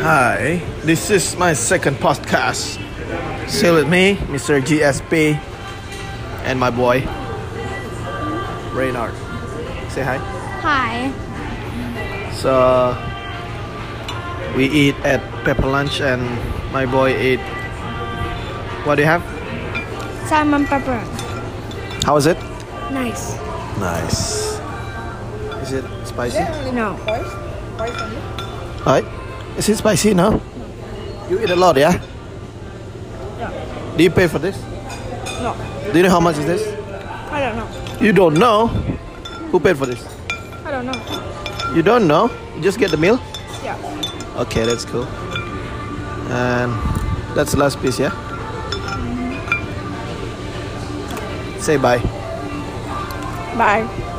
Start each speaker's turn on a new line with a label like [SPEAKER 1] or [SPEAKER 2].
[SPEAKER 1] Hi, this is my second podcast. Still with me, Mr. GSP, and my boy, Reynard. Say hi.
[SPEAKER 2] Hi.
[SPEAKER 1] So, we eat at Pepper Lunch, and my boy ate. What do you have?
[SPEAKER 2] Salmon pepper.
[SPEAKER 1] How is it?
[SPEAKER 2] Nice.
[SPEAKER 1] Nice. Is it spicy?
[SPEAKER 2] No.
[SPEAKER 1] Right? Is it spicy now? You eat a lot, yeah? Do you pay for this?
[SPEAKER 2] No.
[SPEAKER 1] Do you know how much is this?
[SPEAKER 2] I don't know.
[SPEAKER 1] You don't know. Who paid for this?
[SPEAKER 2] I don't know.
[SPEAKER 1] You don't know. You just get the meal.
[SPEAKER 2] Yeah.
[SPEAKER 1] Okay, that's cool. And that's the last piece, yeah. Say bye.
[SPEAKER 2] Bye.